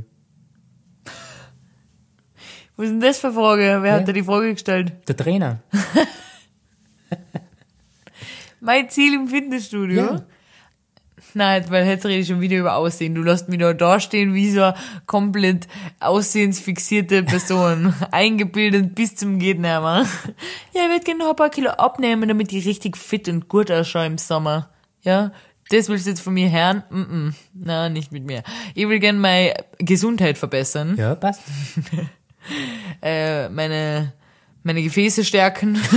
Was ist denn das für eine Frage? Wer
Ja.
hat dir die Frage gestellt?
Der Trainer.
Mein Ziel im Fitnessstudio?
Ja.
Nein, weil jetzt rede ich schon wieder über Aussehen. Du lässt mich nur dastehen wie so eine komplett aussehensfixierte Person. Eingebildet bis zum Gehtnehmer. Ja, ich würde gerne noch ein paar Kilo abnehmen, damit ich richtig fit und gut ausschaue im Sommer. Ja, das willst du jetzt von mir hören? Mm -mm. Nein, nicht mit mir. Ich will gerne meine Gesundheit verbessern,
Ja, passt.
äh, meine, meine Gefäße stärken.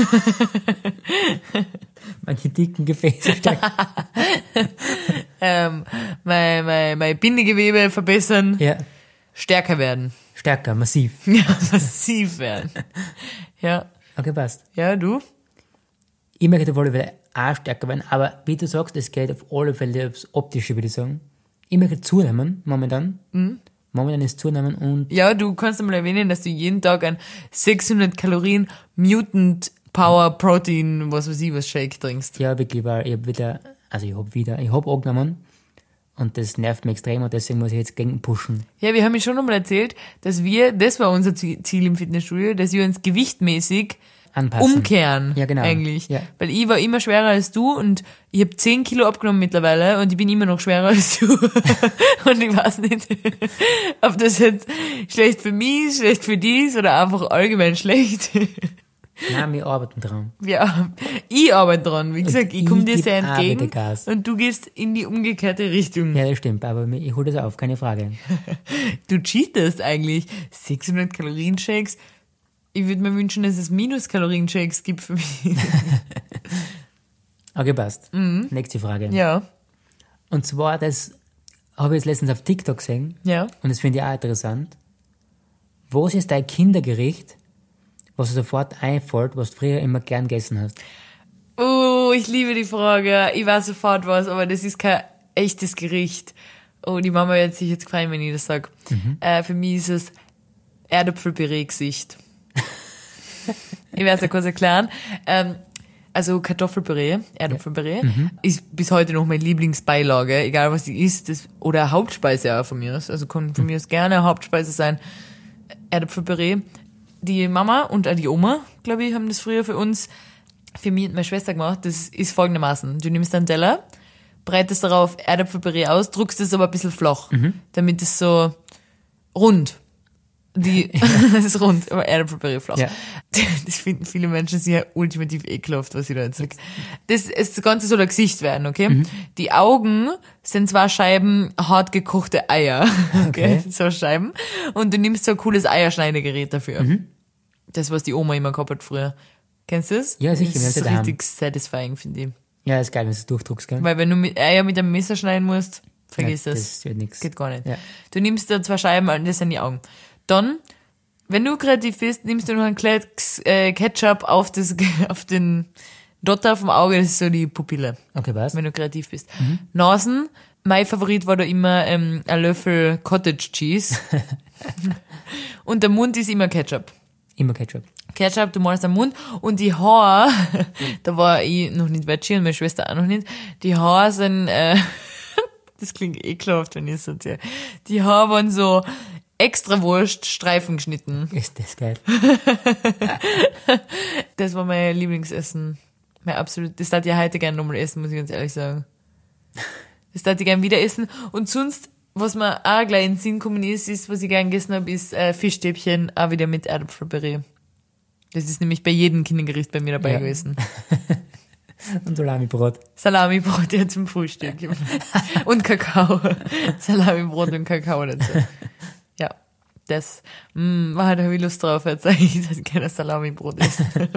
Manche dicken Gefäße stärken.
ähm, mein, mein, mein Bindegewebe verbessern,
ja,
stärker werden.
stärker, massiv.
Ja, massiv werden. Ja,
Okay, passt.
ja, du?
Ich möchte auf alle Fälle auch stärker werden, aber wie du sagst, es geht auf alle Fälle aufs Optische, würde ich sagen. Ich möchte zunehmen, momentan. Momentan ist zunehmen und
Ja, du kannst einmal erwähnen, dass du jeden Tag ein 600 Kalorien Mutant Power Protein, was weiß ich, was Shake trinkst.
ja, wirklich, weil ich hab wieder, also ich hab wieder, ich hab angenommen und das nervt mich extrem und deswegen muss ich jetzt gegen pushen.
Ja, wir haben mir schon einmal erzählt, dass wir, das war unser Zie- Ziel im Fitnessstudio, dass wir uns gewichtmäßig
Anpassen.
umkehren.
Ja, genau.
Eigentlich.
Ja.
Weil ich war immer schwerer als du und ich habe 10 Kilo abgenommen mittlerweile und ich bin immer noch schwerer als du. und ich weiß nicht, ob das jetzt schlecht für mich ist, schlecht für dich ist oder einfach allgemein schlecht.
Nein, wir arbeiten dran.
Ja, ich arbeite dran. Wie gesagt, ich
ich
komme dir
geb
sehr
auch wieder
entgegen
Gas.
und du gehst in die umgekehrte Richtung.
Ja, das stimmt, aber mir- ich hole das auf, keine Frage.
Du cheatest eigentlich. 600 Kalorien-Shakes. Ich würde mir wünschen, dass es Minus-Kalorien-Shakes gibt für mich.
Okay, passt. Nächste Frage.
Mhm. ja,
Und zwar, das habe ich jetzt letztens auf TikTok gesehen
ja.
und das finde ich auch interessant. Was ist dein Kindergericht, was dir sofort einfällt, was du früher immer gern gegessen hast?
Oh, ich liebe die Frage. Ich weiß sofort was, aber das ist kein echtes Gericht. Oh, die Mama wird sich jetzt freuen, wenn ich das sag. Äh, für mich ist es Erdäpfelpüree-Gesicht. ich werde es kurz erklären. Ähm, also Kartoffelpüree, Erdäpfelpüree, ist bis heute noch meine Lieblingsbeilage, egal was sie ist, das, oder Hauptspeise auch von mir aus. Also kann von mir aus gerne Hauptspeise sein. Erdäpfelpüree. Die Mama und auch die Oma, glaube ich, haben das früher für uns, für mich und meine Schwester gemacht. Das ist folgendermaßen. Du nimmst einen Teller, breitest darauf Erdäpfelpüree aus, druckst es aber ein bisschen flach, damit es so rund. Die, das ist rund, aber Erdäpfelpüree flach.
Ja.
Das finden viele Menschen sehr ultimativ ekelhaft, was ich da jetzt sage. Das, ist, das Ganze soll ein Gesicht werden, okay? Die Augen sind zwei Scheiben hart gekochte Eier. Okay. So Scheiben. Und du nimmst so ein cooles Eierschneidegerät dafür.
Mhm.
Das, was die Oma immer gehabt hat früher. Kennst du das?
Ja, sicher, wir haben
Das
sie
ist
daheim.
richtig satisfying, finde ich.
Ja, ist geil, wenn du es durchdruckst, gell?
Weil wenn du mit Eier mit einem Messer schneiden musst, vergiss
ja,
das.
Das wird nichts.
Geht gar nicht.
Ja.
Du nimmst da zwei Scheiben und das sind die Augen. Dann, wenn du kreativ bist, nimmst du noch ein Klecks, äh, Ketchup auf, das, auf den Dotter vom Auge, das ist so die Pupille,
Okay, passt.
wenn du kreativ bist. Nasen, mein Favorit war da immer ähm, ein Löffel Cottage Cheese. und der Mund ist immer Ketchup.
Immer Ketchup.
Ketchup, du malst am Mund und die Haare, da war ich noch nicht Veggie und meine Schwester auch noch nicht, die Haare sind, äh, das klingt ekelhaft, wenn ich es erzähle, die Haare waren so extra Wurst, Streifen geschnitten.
Ist das geil.
Das war mein Lieblingsessen, mein absolut, das darf ich heute gerne nochmal essen, muss ich ganz ehrlich sagen. Das darf ich gerne wieder essen und sonst, was mir auch gleich in den Sinn gekommen ist, ist, was ich gerne gegessen habe, ist äh, Fischstäbchen, auch wieder mit Erdäpfelpüree. Das ist nämlich bei jedem Kindergericht bei mir dabei
Ja.
gewesen.
Und Salami-Brot.
Salamibrot ja zum Frühstück. und Kakao. Salamibrot und Kakao dazu. Ja, das. Mm, war halt irgendwie Lust drauf, jetzt eigentlich, dass ich gerne Salamibrot esse.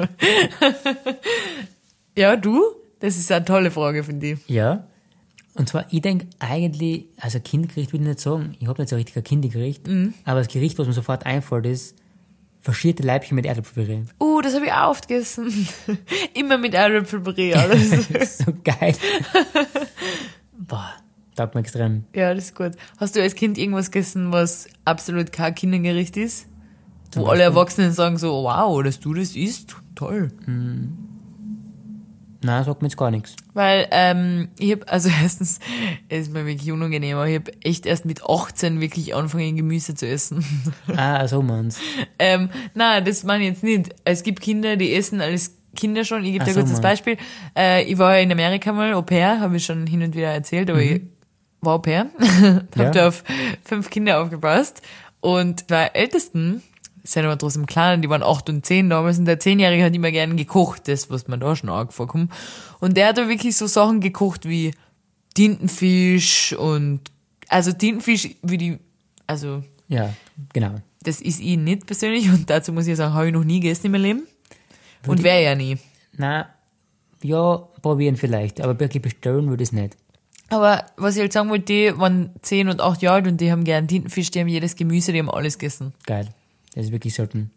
ja, du? Das ist eine tolle Frage, finde ich.
Ja. Und zwar, ich denke eigentlich, also Kindgericht will ich nicht sagen, ich habe nicht so richtig ein Kindergericht, aber das Gericht, was mir sofort einfällt, ist verschierte Leibchen mit Erdäpfelpüree.
Oh, das habe ich auch oft gegessen. Immer mit Erdäpfelpüree. oder so.
so geil. Boah, taugt mir extrem.
Ja, das ist gut. Hast du als Kind irgendwas gegessen, was absolut kein Kindergericht ist? Wo alle
Beispiel?
Erwachsenen sagen so, wow, dass du das isst, toll.
Nein, sagt mir jetzt gar nichts.
Weil ähm, ich hab also erstens, es ist mir wirklich unangenehm, aber ich hab echt erst mit 18 wirklich angefangen, Gemüse zu essen.
Ah, so meinst
ähm, na, das meine ich jetzt nicht. Es gibt Kinder, die essen alles Kinder schon, ich gebe dir
Ach so,
kurz das
Mann.
Beispiel. Äh, ich war in Amerika mal Au pair, habe ich schon hin und wieder erzählt, aber ich war Au pair. hab
Mhm. Ja.
da auf fünf Kinder aufgepasst. Und der Ältesten, sind aber trotzdem klein, die waren acht und zehn damals, und der Zehnjährige hat immer gern gekocht, das, was man da schon arg vorkommt. Und der hat da wirklich so Sachen gekocht wie Tintenfisch und, also Tintenfisch, wie die, also,
Ja, genau.
das ist ich nicht persönlich und dazu muss ich sagen, habe ich noch nie gegessen in meinem Leben. Und wäre ja nie.
Na, ja, probieren vielleicht, aber wirklich bestellen würde ich es nicht.
Aber was ich halt sagen wollte, die waren 10 und 8 Jahre alt und die haben gern Tintenfisch, die haben jedes Gemüse, die haben alles gegessen.
Geil. Das ist wirklich selten.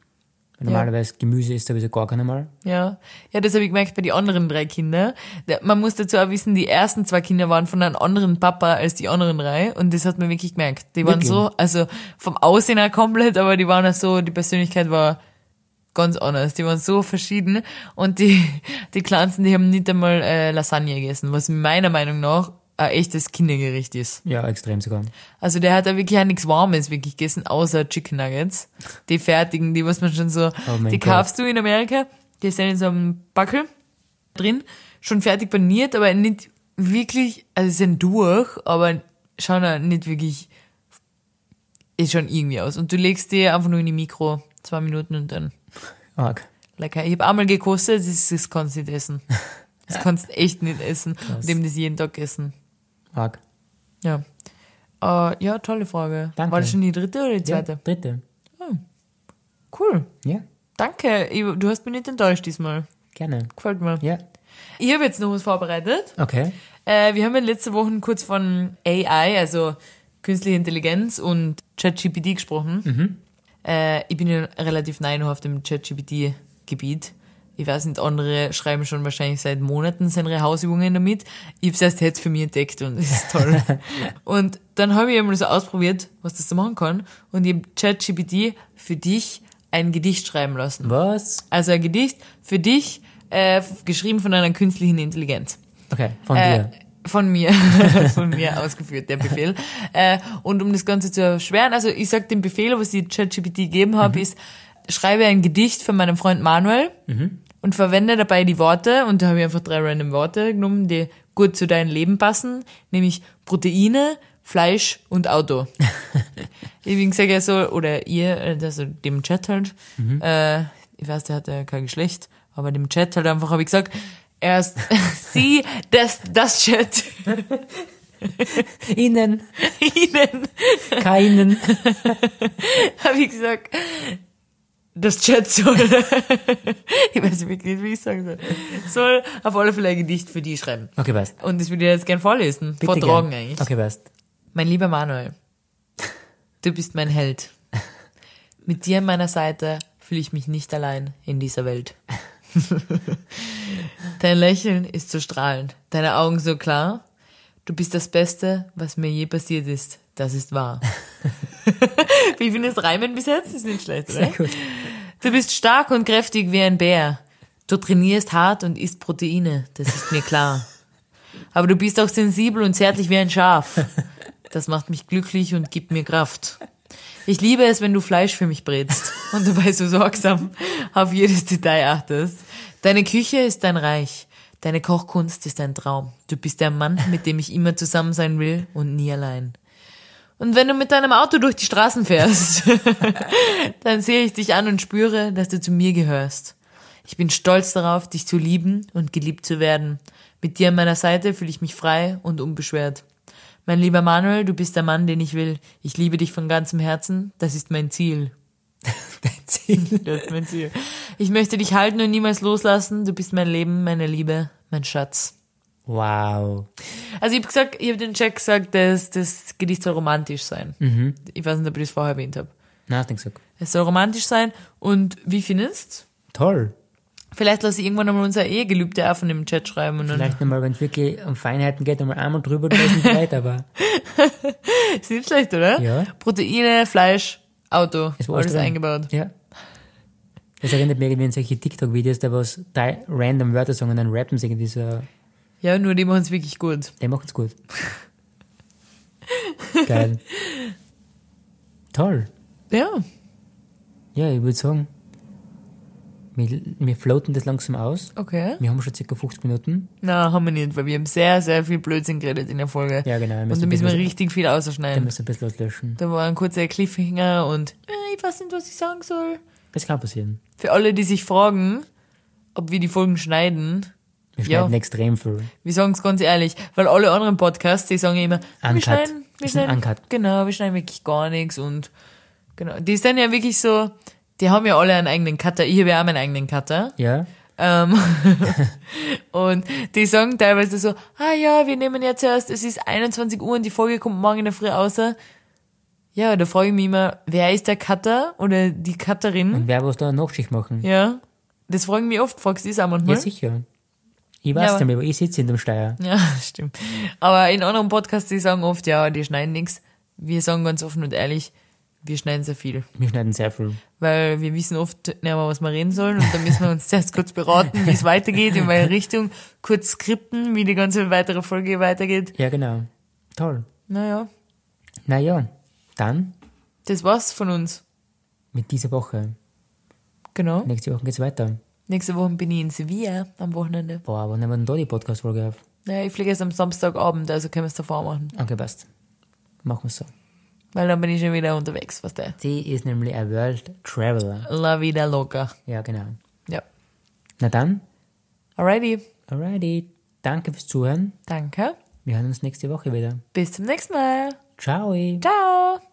Weil Normalerweise Gemüse ist sowieso gar keiner mal.
Ja. Ja, das habe ich gemerkt bei den anderen drei Kindern. Da- Man muss dazu auch wissen, die ersten zwei Kinder waren von einem anderen Papa als die anderen drei und das hat man wirklich gemerkt. Die waren
Wirklich?
so, also vom Aussehen her komplett, aber die waren auch so, die Persönlichkeit war ganz anders. Die waren so verschieden und die, die Kleinsten, die haben nicht einmal äh, Lasagne gegessen, was meiner Meinung nach ein echtes Kindergericht ist.
Ja, extrem sogar.
Also der hat da wirklich auch nichts Warmes wirklich gegessen, außer Chicken Nuggets. Die fertigen, die was man schon so,
Oh mein
die
Gott.
kaufst du in Amerika, die sind in so einem Backel drin, schon fertig paniert, aber nicht wirklich, also sie sind durch, aber schauen auch nicht wirklich, ist schon irgendwie aus. Und du legst die einfach nur in die Mikro, zwei Minuten und dann
Arg.
lecker. Ich habe einmal gekostet, das, ist- das kannst du nicht essen. Das kannst du echt nicht essen. Und dem das jeden Tag essen.
Arg.
Ja. Äh, ja, tolle Frage.
Danke.
War das schon die dritte oder die
Ja,
zweite?
dritte.
Cool.
Ja,
Danke. Ich, du hast mich nicht enttäuscht diesmal.
gerne.
Gefällt mir.
Ja.
Ich habe jetzt noch was vorbereitet.
Okay.
Äh, wir haben ja letzte Woche kurz von AI, also künstliche Intelligenz und ChatGPT gesprochen. Äh, ich bin ja relativ neu noch auf dem ChatGPT-Gebiet. Ich weiß nicht, andere schreiben schon wahrscheinlich seit Monaten seine Hausübungen damit. Ich habe es erst jetzt für mich entdeckt und es ist toll. und dann habe ich einmal so ausprobiert, was das so machen kann. Und ich habe ChatGPT für dich ein Gedicht schreiben lassen.
Was?
Also ein Gedicht für dich, äh, f- geschrieben von einer künstlichen Intelligenz.
Okay, von
Äh,
dir.
von mir, von mir ausgeführt, der Befehl. Äh, und um das Ganze zu erschweren, also ich sag den Befehl, was ich ChatGPT gegeben habe,
Mhm.
ist, schreibe ein Gedicht von meinem Freund Manuel
Mhm.
und verwende dabei die Worte, und da habe ich einfach drei random Worte genommen, die gut zu deinem Leben passen, nämlich Proteine, Fleisch und Auto. ich bin gesagt, ja so, oder ihr, äh, also dem Chat halt, äh, ich weiß, der hat ja kein Geschlecht, aber dem Chat halt einfach habe ich gesagt, erst sie, das, das Chat,
Innen,
ihnen
keinen.
habe ich gesagt, das Chat soll, ich weiß wirklich nicht, wie ich sagen soll, soll auf alle Fälle ein Gedicht für die schreiben.
Okay, passt.
Und das würde ich jetzt gern vorlesen,
Bitte
vortragen
gern.
eigentlich.
Okay, passt.
Mein lieber Manuel, du bist mein Held. Mit dir an meiner Seite fühle ich mich nicht allein in dieser Welt. Dein Lächeln ist so strahlend, deine Augen so klar. Du bist das Beste, was mir je passiert ist. Das ist wahr. Wie findest du Reimen bis jetzt? Ist nicht schlecht, oder?
gut.
Du bist stark und kräftig wie ein Bär. Du trainierst hart und isst Proteine. Das ist mir klar. Aber du bist auch sensibel und zärtlich wie ein Schaf. Das macht mich glücklich und gibt mir Kraft. Ich liebe es, wenn du Fleisch für mich brätst und dabei so sorgsam auf jedes Detail achtest. Deine Küche ist dein Reich. Deine Kochkunst ist ein Traum. Du bist der Mann, mit dem ich immer zusammen sein will und nie allein. Und wenn du mit deinem Auto durch die Straßen fährst, dann sehe ich dich an und spüre, dass du zu mir gehörst. Ich bin stolz darauf, dich zu lieben und geliebt zu werden. Mit dir an meiner Seite fühle ich mich frei und unbeschwert. Mein lieber Manuel, du bist der Mann, den ich will. Ich liebe dich von ganzem Herzen. Das ist mein Ziel.
Dein Ziel.
Das ist mein Ziel. Ich möchte dich halten und niemals loslassen. Du bist mein Leben, meine Liebe, mein Schatz.
Wow.
Also ich habe gesagt, ich habe den Jack gesagt, dass das Gedicht soll romantisch sein. Ich weiß nicht, ob ich das vorher erwähnt habe.
Na, hast du nicht gesagt.
Es soll romantisch sein. Und wie findest
Toll.
Vielleicht lasse ich irgendwann einmal unser Ehegelübde auch von dem Chat schreiben und dann
Vielleicht nochmal, wenn es wirklich um Feinheiten geht, nochmal einmal drüber lesen, vielleicht, aber
ist nicht schlecht, oder?
Ja.
Proteine, Fleisch, Auto,
es war
alles
drin.
eingebaut.
Ja. Das erinnert mich irgendwie an solche TikTok-Videos, da was drei random Wörter sagen und dann rappen sie irgendwie so.
Ja, nur die machen es wirklich gut.
Der macht's gut. Geil. Toll.
Ja.
Ja, ich würde sagen, wir, wir floaten das langsam aus.
Okay.
Wir haben schon circa 50 Minuten.
Na, haben wir nicht, weil wir haben sehr, sehr viel Blödsinn geredet in der Folge.
Ja, genau. Wir
Und
müssen
da
ein
müssen wir
bisschen-
richtig viel
wir
ausschneiden.
müssen ein bisschen was löschen.
Da war ein kurzer Cliffhanger und äh, ich weiß nicht, was ich sagen soll.
Das kann passieren.
Für alle, die sich fragen, ob wir die Folgen schneiden,
Wir
Ja.
schneiden extrem viel.
wir sagen es ganz ehrlich, weil alle anderen Podcasts, die sagen immer, wir
Uncut.
schneiden, wir
Wir sind
schneiden,
uncut.
genau, wir schneiden wirklich gar nichts und genau. Die ist dann ja wirklich so, die haben ja alle einen eigenen Cutter, ich habe ja auch meinen eigenen Cutter.
Ja?
Ähm, und die sagen teilweise so, ah ja, wir nehmen jetzt erst, es ist 21 Uhr und die Folge kommt morgen in der Früh raus. Ja, da frage ich mich immer, wer ist der Cutter oder die Cutterin?
Und wer was da Nachtschicht machen?
Ja, das fragen mich oft, fragst du das auch
Ja,
manchmal?
sicher. Ich
Ja,
weiß
aber-
ja, aber ich sitze in dem Steuer.
Ja, stimmt. Aber in anderen Podcasts, die sagen oft, ja, die schneiden nichts. Wir sagen ganz offen und ehrlich, wir schneiden sehr viel.
Wir schneiden sehr viel.
Weil wir wissen oft nicht mehr, was wir reden sollen. Und dann müssen wir uns erst kurz beraten, wie es weitergeht, in welche Richtung. Kurz skripten, wie die ganze weitere Folge weitergeht.
Ja, genau. Toll.
Naja,
Naja, dann
das war's von uns.
mit dieser Woche.
Genau.
Nächste Woche geht's weiter.
Nächste Woche bin ich in Sevilla am Wochenende.
Boah, wann nehmen wir denn da die Podcast-Folge auf?
Naja, ich fliege erst am Samstagabend, also können wir es davor machen.
Okay, passt. Machen wir so.
Weil dann bin ich schon wieder unterwegs, was der.
Sie ist nämlich ein World Traveler.
La vida loca.
Ja, genau.
Ja.
Na dann,
Alrighty.
alrighty. Danke fürs Zuhören.
Danke.
Wir hören uns nächste Woche wieder.
Bis zum nächsten Mal.
Ciao.
Ciao.